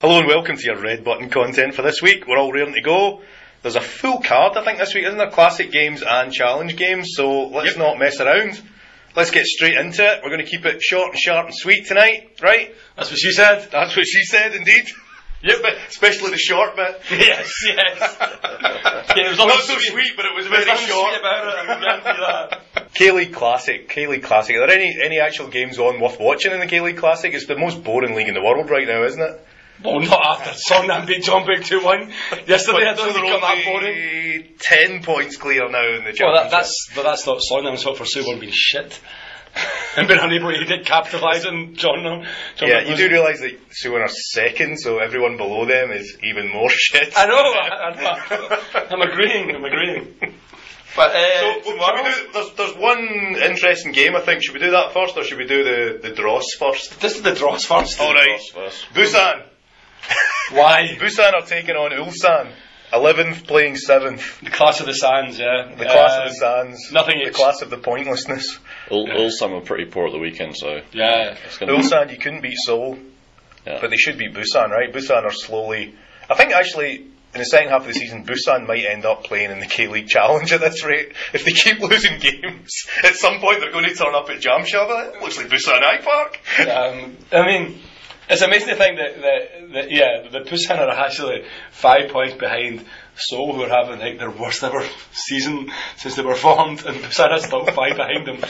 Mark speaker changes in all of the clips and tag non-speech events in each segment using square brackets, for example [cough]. Speaker 1: Hello and welcome to your red button content for this week. We're all raring to go. There's a full card, I think, this week, isn't there? Classic games and challenge games, so let's
Speaker 2: Yep.
Speaker 1: not mess around. Let's get straight into it. We're going to keep it short and sharp and sweet tonight, right?
Speaker 2: That's what she said.
Speaker 1: That's what she said, [laughs] indeed.
Speaker 2: Yep.
Speaker 1: Especially the short [laughs] bit.
Speaker 2: [laughs] yes, yes. Yeah, it was
Speaker 1: Not
Speaker 2: nothing
Speaker 1: so
Speaker 2: sweet-
Speaker 1: sweet, but it was
Speaker 2: There was
Speaker 1: very
Speaker 2: nothing
Speaker 1: short.
Speaker 2: sweet about it. I can guarantee
Speaker 1: [laughs]
Speaker 2: that.
Speaker 1: K-League Classic, K-League Classic. Are there any, any actual games on worth watching in the K-League Classic? It's the most boring league in the world right now, isn't it?
Speaker 2: Well, not after Sunderland beat John Big 2 1. Yesterday, I don't think it that boring.
Speaker 1: Ten points clear now in the championship.
Speaker 2: Well, that, that's, but that's not Sunderland, it's not for Suwon being shit. [laughs] and being unable to get capitalise on John. John
Speaker 1: yeah,
Speaker 2: Big
Speaker 1: you
Speaker 2: losing.
Speaker 1: do realise that Sewin are second, so everyone below them is even more [laughs] shit.
Speaker 2: I know, I, I, I'm agreeing, I'm agreeing. But,
Speaker 1: So,
Speaker 2: uh,
Speaker 1: should we do, there's, there's one interesting game, I think. Should we do that first, or should we do the, the draws first?
Speaker 2: this is the draws first.
Speaker 1: All right. Busan.
Speaker 2: Why?
Speaker 1: Busan are taking on Ulsan. 11th playing 7th.
Speaker 2: The class of the sands, yeah.
Speaker 1: The class
Speaker 2: Um,
Speaker 1: of the sands.
Speaker 2: nothing
Speaker 1: The
Speaker 2: ex-
Speaker 1: class of the pointlessness.
Speaker 3: All, all summer pretty poor at the weekend, so
Speaker 2: Yeah.
Speaker 3: it's gonna be,
Speaker 1: Ulsan, you couldn't beat Seoul,
Speaker 3: Yeah.
Speaker 1: but they should beat Busan, right? Busan are slowly. I think actually. In the second half of the season, Busan might end up playing in the K League Challenge at this rate. If they keep [laughs] losing games, at some point they're going to turn up at Jamshava. It looks like Busan Eye Park.
Speaker 2: Um, I mean, it's amazing to think that, that, that yeah, the Busan are actually five points behind Seoul, who are having like their worst ever season since they were [laughs] formed, and Busan are still five behind them.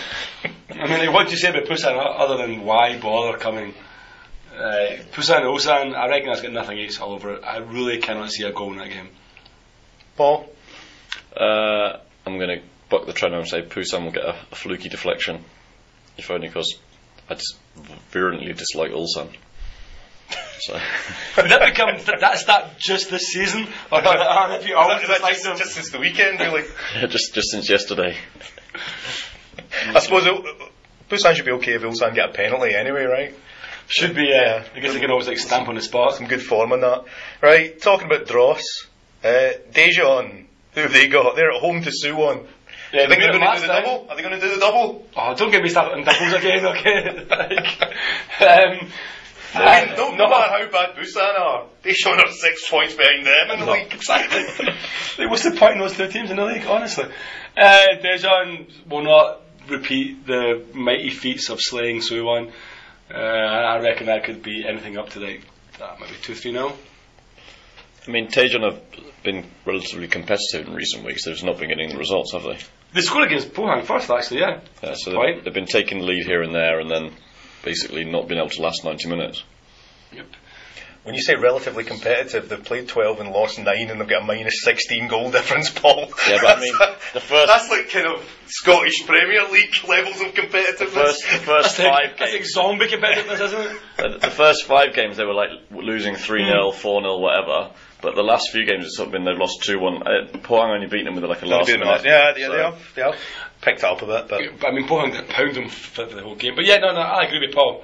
Speaker 2: I mean, like, what do you say about Busan o- other than why bother coming? Uh, Busan Osan, I reckon that's got nothing else all over it. I really cannot see a goal in that game.
Speaker 1: Paul,
Speaker 3: uh, I'm going to buck the trend and say Pusan will get a, a fluky deflection, if only because I just virulently dislike Ulsan. [laughs] So [laughs]
Speaker 2: Did that become that's that just this season, or [laughs] are you
Speaker 1: is that,
Speaker 2: always
Speaker 1: is that
Speaker 2: dislike
Speaker 1: just,
Speaker 2: them?
Speaker 1: just since the weekend? Really,
Speaker 3: yeah, just just since yesterday,
Speaker 1: I suppose it, Busan should be okay if Ulsan get a penalty anyway, right?
Speaker 2: Should be,
Speaker 1: Yeah.
Speaker 2: yeah. I guess they can always like stamp on the spot.
Speaker 1: Some good form on that, right? Talking about Dross, uh, Dejon, who have they got? They're at home to Suwon.
Speaker 2: Yeah,
Speaker 1: I think
Speaker 2: they
Speaker 1: they're
Speaker 2: did
Speaker 1: going
Speaker 2: it
Speaker 1: to
Speaker 2: last
Speaker 1: do the
Speaker 2: time.
Speaker 1: double. Are they going to do the double?
Speaker 2: Oh, don't get me started on doubles again, [laughs] okay? like, um, I-
Speaker 1: No, no matter how bad Busan are, they showed us six points behind them in the
Speaker 2: No.
Speaker 1: league. Exactly.
Speaker 2: [laughs] Like, what's the point in those two teams in the league, honestly? Uh, Dejan will not repeat the mighty feats of slaying Suwon. Uh, I reckon that could be anything up to like, uh, maybe 2 3 0.
Speaker 3: I mean Tejan have been relatively competitive in recent weeks. They've just not been getting the results, have they?
Speaker 2: They scored against Pohang first, actually, yeah.
Speaker 3: Yeah, so
Speaker 2: Right.
Speaker 3: they've, they've been taking the lead here and there, and then basically not been able to last 90 minutes.
Speaker 2: Yep.
Speaker 1: When you say relatively competitive, they've played 12 and lost 9 and they've got a minus 16 goal [laughs] difference, Paul.
Speaker 3: Yeah, but I mean, the first-
Speaker 1: That's like kind of Scottish Premier League levels of competitiveness.
Speaker 3: first
Speaker 2: [laughs] That's like zombie competitiveness, isn't it?
Speaker 3: Uh, the first five games they were like losing 3 0, 4 0, whatever. But the last few games it's sort of been they've lost 2 1. Uh, Pohang only beaten them with like a last
Speaker 1: They've been
Speaker 3: minute.
Speaker 1: like- yeah, yeah,
Speaker 3: So-
Speaker 1: they have. They have picked it up a bit, but
Speaker 2: But, I mean, Pohang didn't pound them for the whole game. But yeah, no, no, I agree with Paul.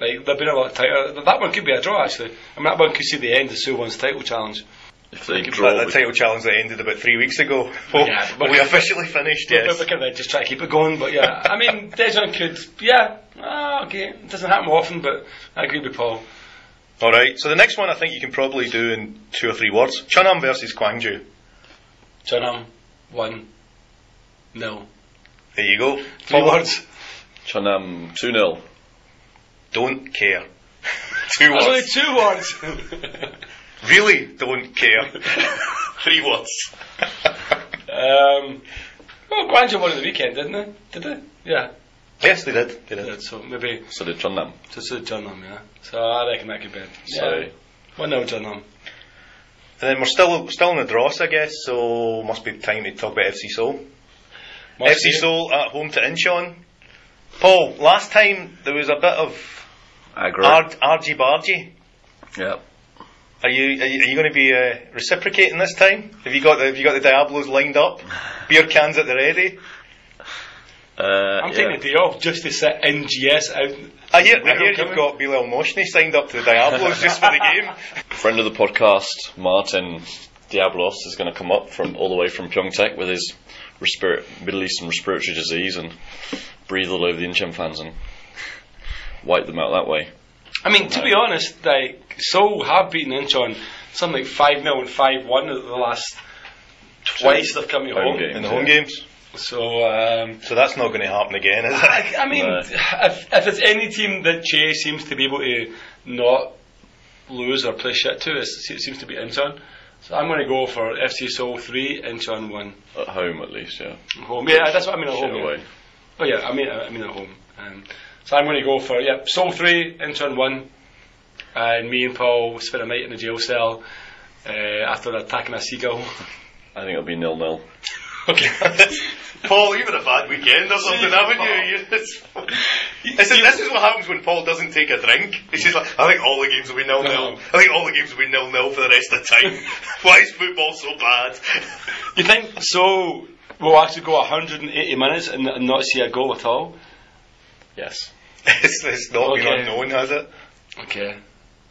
Speaker 2: Like, they've been a lot tighter. That one could be a draw, actually. I mean, that one could see the end of Suwon's title challenge.
Speaker 3: If they
Speaker 1: that,
Speaker 3: draw,
Speaker 1: that
Speaker 3: we-
Speaker 1: title challenge that ended about three weeks ago. [laughs]
Speaker 2: Yeah, but-
Speaker 1: we officially finished.
Speaker 2: But
Speaker 1: Yes.
Speaker 2: we can then just try to keep it going. But yeah, I mean, [laughs] Dejan could, yeah, ah, okay. It doesn't happen often, but I agree with Paul.
Speaker 1: All right. So the next one, I think you can probably do in two or three words: Chunam versus Kwangju.
Speaker 2: Chunam, one, nil.
Speaker 1: There you go.
Speaker 2: Three
Speaker 1: Paul?
Speaker 2: words.
Speaker 3: Chunam 2 0.
Speaker 1: Don't care. [laughs] Two
Speaker 2: That's [laughs] only
Speaker 1: words.
Speaker 2: two [laughs] words.
Speaker 1: Really don't
Speaker 2: [laughs]
Speaker 1: care. Three words.
Speaker 2: um, well, Guangzhou won at the weekend, didn't they? Did they? Yeah.
Speaker 1: [laughs] yes, they did. They
Speaker 2: They
Speaker 1: did.
Speaker 2: did, so maybe
Speaker 3: So did Chunam.
Speaker 2: just to Chunam, yeah. So I reckon that could be. it.
Speaker 3: So-
Speaker 2: Yeah. One nil Chunam.
Speaker 1: And then we're still still in the dross, I guess. So must be time to talk about FC Seoul.
Speaker 2: Must
Speaker 1: FC
Speaker 2: be.
Speaker 1: Seoul at home to Incheon. Paul, last time there was a bit of ar- argy bargy.
Speaker 3: Yeah.
Speaker 1: Are you are you, are you going to be uh, reciprocating this time? Have you got the, have you got the Diablos lined up? Beer cans at the ready.
Speaker 3: Uh,
Speaker 2: I'm
Speaker 3: yeah.
Speaker 2: taking a day off just to sit NGS out.
Speaker 1: I hear, I hear
Speaker 2: We're not
Speaker 1: you've
Speaker 2: coming.
Speaker 1: got Bilal Moshni signed up to the Diablos just for the
Speaker 2: [laughs]
Speaker 1: game.
Speaker 3: Friend of the podcast, Martin Diablos, is going to come up from all the way from Pyeongtaek with his respir- Middle Eastern respiratory disease and breathe all over the Incheon fans and wipe them out that way.
Speaker 2: I mean, to be honest, like Seoul have beaten Incheon something like five 0 and five one at the last twice they've come
Speaker 3: Home
Speaker 2: home.
Speaker 3: games.
Speaker 1: in the home games.
Speaker 2: So um,
Speaker 1: So that's not going to happen again, is it?
Speaker 2: I, I mean,
Speaker 3: No.
Speaker 2: if, if it's any team that Che seems to be able to not lose or play shit to, it's, it seems to be Incheon. So I'm going to go for FC Seoul three, Incheon one.
Speaker 3: At home, at least, yeah.
Speaker 2: Home. Yeah, that's what I mean at
Speaker 3: Shit
Speaker 2: home. yeah.
Speaker 3: away.
Speaker 2: Oh yeah, I mean, I mean at home. Um, so I'm going to go for yeah, Soul three, intern one, and me and Paul spent a night in the jail cell uh, after attacking a seagull.
Speaker 3: I think it'll be nil nil.
Speaker 2: okay.
Speaker 1: [laughs] Paul, you've had a bad weekend or something, haven't [laughs] you? you just, this, is, this is what happens when Paul doesn't take a drink. He's just like, I think all the games will be nil nil.
Speaker 2: No.
Speaker 1: I think all the games will be nil nil for the rest of time. [laughs] Why is football so bad?
Speaker 2: [laughs] You think so? We'll actually go 180 minutes and, and not see a goal at all.
Speaker 3: Yes.
Speaker 1: [laughs] it's, it's not been
Speaker 2: Okay.
Speaker 1: unknown, has it?
Speaker 2: Okay.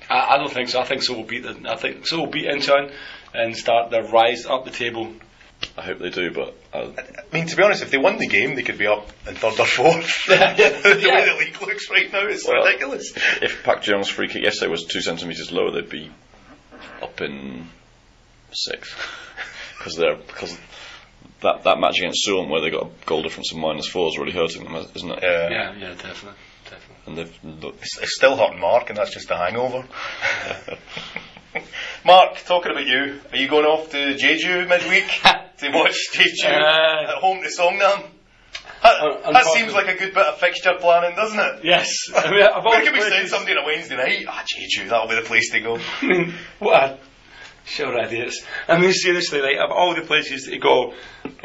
Speaker 2: I, I don't think so. I think so. Will beat the. I think so. Will beat Incheon and start their rise up the table. [laughs]
Speaker 3: I hope they do, but uh,
Speaker 1: I mean, to be honest, if they won the game, they could be up in third or fourth. [laughs]
Speaker 2: [laughs]
Speaker 1: the way the league looks right now, it's
Speaker 3: Well-
Speaker 1: ridiculous.
Speaker 3: if Pak Jong's free kick yesterday was two centimetres lower, they'd be up in sixth. [laughs] Because they're because that that match against Seoul where they got a goal difference of minus four is really hurting them, isn't it?
Speaker 1: Yeah.
Speaker 2: Yeah. Yeah. Definitely. Definitely.
Speaker 3: And they've looked,
Speaker 1: It's, it's still hurting Mark, and that's just a hangover. [laughs] Mark, talking about you, are you going off to Jeju
Speaker 2: [laughs]
Speaker 1: midweek to watch Jeju at
Speaker 2: Uh,
Speaker 1: home to Songnam? That,
Speaker 2: Un-
Speaker 1: that seems
Speaker 2: unfortunately.
Speaker 1: like a good bit of fixture planning, doesn't it?
Speaker 2: Yes. [laughs] I mean, I've
Speaker 1: Where
Speaker 2: always
Speaker 1: can we
Speaker 2: played
Speaker 1: send
Speaker 2: this-
Speaker 1: somebody on a Wednesday night? Ah, Jeju, that'll be the place to
Speaker 2: [laughs]
Speaker 1: go.
Speaker 2: I mean, what a sure idiots. I mean, seriously, like of all the places to go, uh,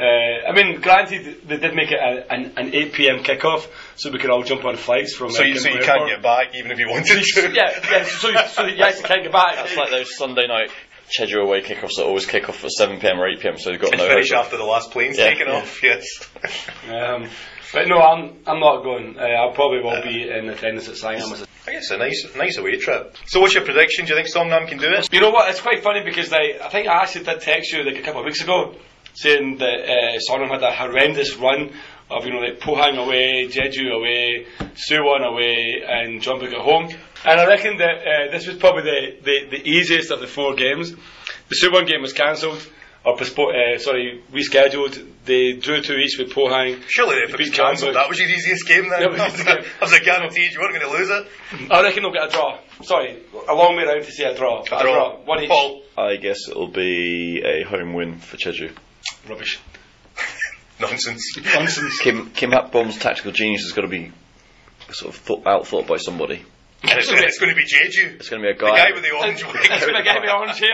Speaker 2: I mean, granted they did make it a, an, an 8 p.m. kickoff, so we could all jump on flights from.
Speaker 1: So you, so you can't get back, even if you
Speaker 2: [laughs]
Speaker 1: wanted to.
Speaker 2: Yeah, yeah. So, you- so you actually can't get back.
Speaker 3: That's like those Sunday night Cheju away kickoffs that always kick off at 7 pm or 8 pm, so they've
Speaker 1: [laughs]
Speaker 3: got
Speaker 1: And
Speaker 3: no
Speaker 1: finish
Speaker 3: hope.
Speaker 1: after the last plane's
Speaker 3: Yeah.
Speaker 1: taken off, yes. [laughs]
Speaker 2: Um, but no, I'm I'm not going. Uh, I probably will be in attendance at Sangham.
Speaker 1: I guess a nice, nice away trip. So what's your prediction? Do you think Songnam can do it?
Speaker 2: You know what? It's quite funny because like, I think I actually did text you like a couple of weeks ago saying that uh, Songnam had a horrendous run of you know like Pohang away, Jeju away, Suwon away, and Jeonbuk at home. And I reckon that uh, this was probably the, the, the easiest of the four games. The Suwon game was cancelled or postponed. Uh, sorry, rescheduled. They drew two each with Pohang.
Speaker 1: Surely if it
Speaker 2: Beat
Speaker 1: was cancelled,
Speaker 2: Hamburg.
Speaker 1: that was your easiest game
Speaker 2: [laughs]
Speaker 1: then.
Speaker 2: That
Speaker 1: [laughs]
Speaker 2: was
Speaker 1: I
Speaker 2: easiest game.
Speaker 1: was like guaranteed you weren't going to lose it.
Speaker 2: I reckon they'll get a draw. Sorry, a long way round to say a draw. but A draw. One each.
Speaker 1: Paul.
Speaker 3: I guess it'll be a home win for Cheju.
Speaker 2: Rubbish.
Speaker 1: Nonsense.
Speaker 2: [laughs] Nonsense.
Speaker 3: Kim Kim Hapbom's tactical genius has got to be sort of thought, out thought by somebody.
Speaker 1: and [laughs] it's, it's going to be Jeju.
Speaker 3: It's going to be a
Speaker 1: The
Speaker 3: guy.
Speaker 1: guy with the orange [laughs]
Speaker 2: That's going to
Speaker 1: wig.
Speaker 2: get me orange here.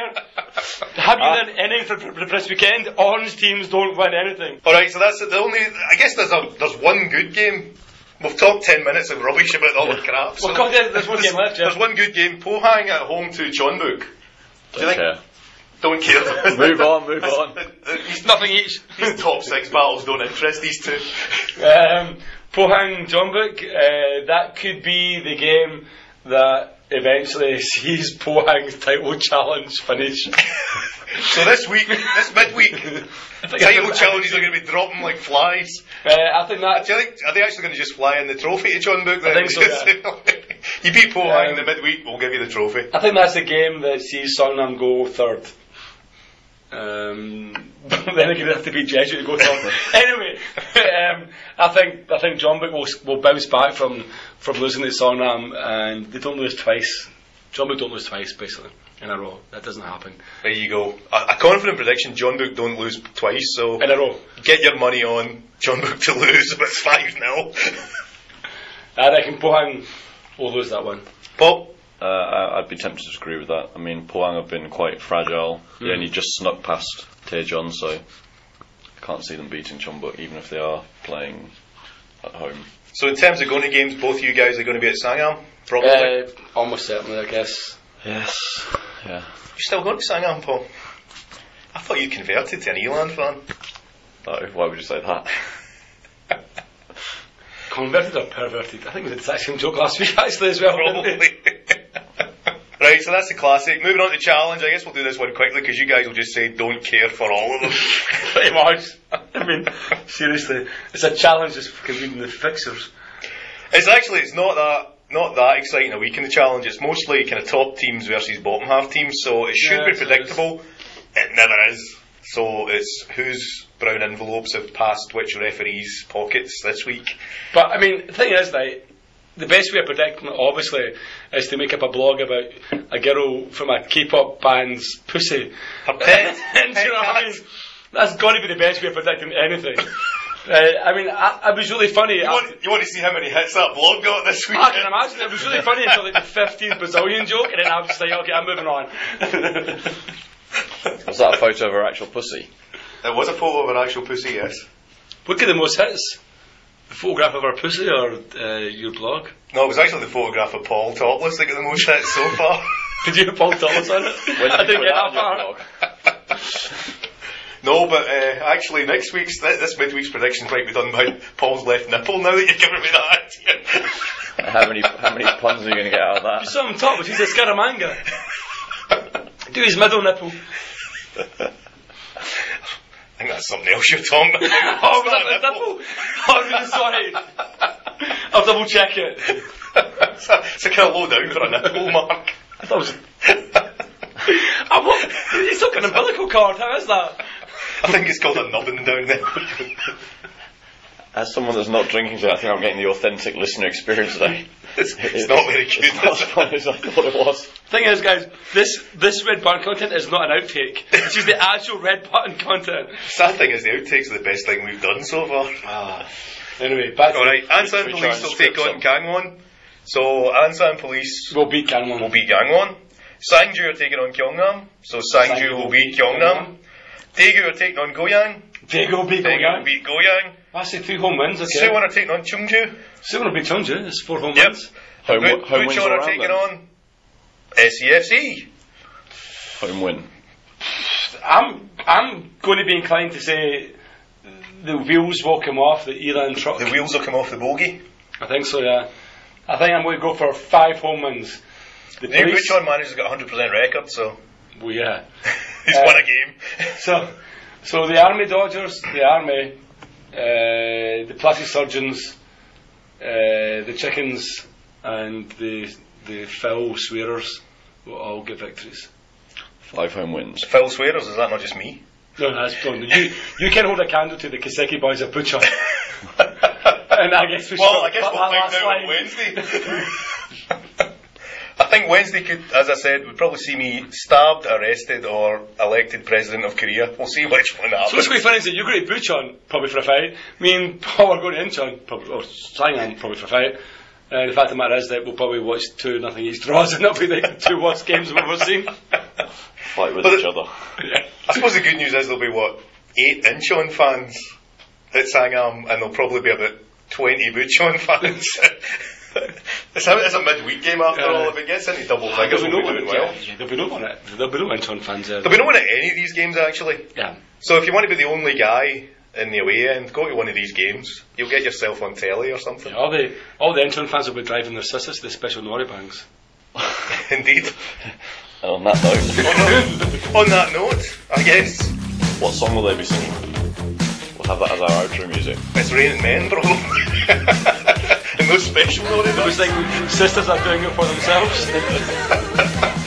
Speaker 2: Have you done anything for, for the press weekend? Orange teams don't win anything.
Speaker 1: Alright, so that's the only, I guess there's a, there's one good game. We've talked 10 minutes of rubbish about all the crap. so-
Speaker 2: Well, God, yeah, there's one game left, yeah.
Speaker 1: There's one good game. Pohang at home to Chonbuk.
Speaker 3: Don't care.
Speaker 1: [laughs] Don't care.
Speaker 3: move on, move on.
Speaker 1: [laughs] These-
Speaker 2: Nothing each.
Speaker 1: These top six battles don't interest these two.
Speaker 2: Um, Pohang Jombuk, uh, that could be the game that eventually [laughs] sees Pohang's title challenge finish.
Speaker 1: So this week, this [laughs] midweek, title challenges are going to be dropping like flies.
Speaker 2: Uh, I think that.
Speaker 1: Do you think, are they actually going to just fly in the trophy to John Book then?
Speaker 2: I think so, yeah.
Speaker 1: [laughs] you beat Pohang in the
Speaker 2: Um,
Speaker 1: midweek, we'll give you the trophy.
Speaker 2: I think that's the game that sees Songnam go third. Um, [laughs] then again, it'd have to be Jeju to go [laughs] third. anyway, um, I think I think John Book will, will bounce back from, from losing to Songnam, and they don't lose twice. John Book don't lose twice basically in a row. That doesn't happen
Speaker 1: There you go. A, a confident prediction, John Book don't lose twice, so
Speaker 2: in a row.
Speaker 1: get your money on John Book to lose about 5 0. [laughs]
Speaker 2: I reckon Pohang will lose that one.
Speaker 1: Pop,
Speaker 3: Uh, I, I'd be tempted to agree with that. I mean, Pohang have been quite fragile.
Speaker 2: Hmm.
Speaker 3: They only just snuck past Taejon, so I can't see them beating Chonbuk, even if they are playing at home.
Speaker 1: so in terms of going to games, both you guys are going to be at Sangam, probably.
Speaker 2: Uh, almost certainly, I guess.
Speaker 3: Yes. Yeah.
Speaker 1: You're still going to Sangam, Paul? I thought you converted to an Elan fan.
Speaker 3: No, why would you say that? [laughs]
Speaker 2: Converted or perverted? I think we did that same joke last week [laughs] actually as well. didn't we?
Speaker 1: Probably. [laughs] Right, so that's the classic. Moving on to challenge, I guess we'll do this one quickly because you guys will just say don't care for all of [laughs] them.
Speaker 2: Pretty much. [laughs] I mean, seriously, it's a challenge just fucking reading the fixers.
Speaker 1: It's actually it's not that not that exciting a week in the challenge. It's mostly kind of top teams versus bottom half teams, so it should
Speaker 2: Yeah,
Speaker 1: be
Speaker 2: so
Speaker 1: predictable. It never is. So it's whose brown envelopes have passed which referees' pockets this week.
Speaker 2: But I mean, the thing is, like, the best way of predicting it, obviously, is to make up a blog about a girl from a K-pop band's pussy.
Speaker 1: Her pet-
Speaker 2: [laughs] And, you know what I mean? That's got to be the best way of
Speaker 1: [laughs]
Speaker 2: predicting anything. uh, I mean, I, it was really funny.
Speaker 1: You want, you want to see how many hits that blog got this week?
Speaker 2: I can imagine it was really funny until like the fifteenth Brazilian joke, and then I was just like, okay, I'm moving on.
Speaker 1: [laughs]
Speaker 3: Was that a photo of her actual pussy?
Speaker 1: There was a photo of an actual pussy, yes.
Speaker 2: Look at the most hits. The photograph of our pussy or uh, your blog?
Speaker 1: No, it was actually the photograph of Paul topless that got the most hits so far. [laughs]
Speaker 2: Did you have Paul Thomas on it?
Speaker 3: When
Speaker 2: I
Speaker 3: did you
Speaker 2: didn't get
Speaker 3: put that
Speaker 2: that
Speaker 3: on your
Speaker 2: far.
Speaker 3: blog?
Speaker 1: No, but uh, actually, next week's th- this midweek's prediction might be done by Paul's left nipple. Now that you're giving me that idea, [laughs]
Speaker 3: How many how many puns are you going to get out of
Speaker 2: You
Speaker 3: that?
Speaker 2: saw him top, he's a Scaramanga. Do his middle nipple.
Speaker 1: I think that's something else you're talking about.
Speaker 3: [laughs]
Speaker 2: Oh,
Speaker 1: It's
Speaker 2: was that
Speaker 1: not a
Speaker 2: the nipple? Oh, I'm really sorry. I'll double check it.
Speaker 1: it's, a, [laughs] it's a kind of low down for a nipple, Mark. [laughs]
Speaker 2: I thought it was. I what? He's took an umbilical cord, how is that?
Speaker 1: I think it's called a nubbin down there. [laughs]
Speaker 3: As someone that's not drinking today, I think I'm getting the authentic listener experience today.
Speaker 1: it's, it's not very good.
Speaker 3: [laughs] It's not as
Speaker 1: is it?
Speaker 3: fun as I thought it was.
Speaker 2: Thing is, guys, this this red button content is not an outtake. This is the actual red button content.
Speaker 1: Sad thing is, [laughs] the outtakes are the best thing we've done so far.
Speaker 2: Anyway, back
Speaker 1: All right, Ansan
Speaker 3: Ah, we try
Speaker 1: Police
Speaker 3: and
Speaker 1: will
Speaker 3: script
Speaker 1: take on
Speaker 3: some.
Speaker 1: Gangwon. So Ansan Police
Speaker 2: We'll beat Canmon.
Speaker 1: will beat Gangwon. Sangju are taking on Kyongnam, so Sangju will beat Kyongnam. Daegu are taking on Goyang,
Speaker 2: Dago beat
Speaker 1: Daegu will
Speaker 2: Goyang.
Speaker 1: beat Goyang.
Speaker 2: I say three home wins, okay.
Speaker 1: Suwon are taking on Chungju.
Speaker 2: Suwon will beat Chungju, it's four home
Speaker 1: Yep.
Speaker 2: wins.
Speaker 3: Home,
Speaker 1: Bu-
Speaker 3: wi- home wins
Speaker 1: Bucheon
Speaker 3: all
Speaker 1: are
Speaker 3: round
Speaker 1: taking
Speaker 3: then.
Speaker 1: on E SEFC.
Speaker 3: Home win.
Speaker 2: I'm I'm going to be inclined to say the wheels will come off the Elan truck.
Speaker 1: The wheels will come off the bogey.
Speaker 2: I think so, yeah. I think I'm going to go for five home wins. The
Speaker 1: The new
Speaker 2: police-
Speaker 1: Bucheon manager's got a 100% record, so [laughs]
Speaker 2: Well, yeah. [laughs]
Speaker 1: he's
Speaker 2: Uh,
Speaker 1: won a game. [laughs]
Speaker 2: So, so the Army Dodgers, the Army, uh, the plastic surgeons, uh, the chickens, and the the foul swearers will all get victories.
Speaker 3: Five home wins.
Speaker 1: Foul swearers, is that not just me?
Speaker 2: No, that's gone. You you can hold a candle to the Kaseki boys of Butcher. [laughs] and I guess we
Speaker 1: Well,
Speaker 2: should
Speaker 1: I guess
Speaker 2: put
Speaker 1: we'll
Speaker 2: that
Speaker 1: find
Speaker 2: last
Speaker 1: out on
Speaker 2: line.
Speaker 1: Wednesday. [laughs] I think Wednesday could, as I said, would probably see me stabbed, arrested, or elected president of Korea. [laughs] We'll see which one
Speaker 2: So
Speaker 1: happens.
Speaker 2: what's going to be funny is that you're going to Buchon, probably for a fight. Me and Paul are going to Incheon, probably, or Sangam, probably for a fight. Uh, the fact of the matter is that we'll probably watch two nothing each draws, and that'll be like the [laughs] two worst games we've
Speaker 1: [laughs]
Speaker 2: ever seen.
Speaker 3: Fight with
Speaker 1: But
Speaker 3: each
Speaker 1: it-
Speaker 3: other.
Speaker 1: I suppose the good news is there'll be what eight Incheon fans at Sangam, and there'll probably be about twenty Bucheon [laughs] fans. it's, a, it's a midweek game after
Speaker 2: Yeah.
Speaker 1: all. If it gets into double figures, we'll be doing well.
Speaker 2: yeah, there'll be no one at there'll be no Incheon fans there.
Speaker 1: There'll be no one at any of these games actually.
Speaker 2: Yeah.
Speaker 1: So if you want to be the only guy in the away end, go to one of these games. You'll get yourself on telly or something.
Speaker 2: Yeah, all the all the Incheon fans will be driving their sisters to the special Nori bangs.
Speaker 1: [laughs] Indeed.
Speaker 3: And on that note,
Speaker 1: On that, on that note, I guess
Speaker 3: what song will they be singing? We'll have that as our outro music.
Speaker 1: it's raining men, bro. [laughs] and no special, no,
Speaker 2: It was like sisters are doing it for themselves.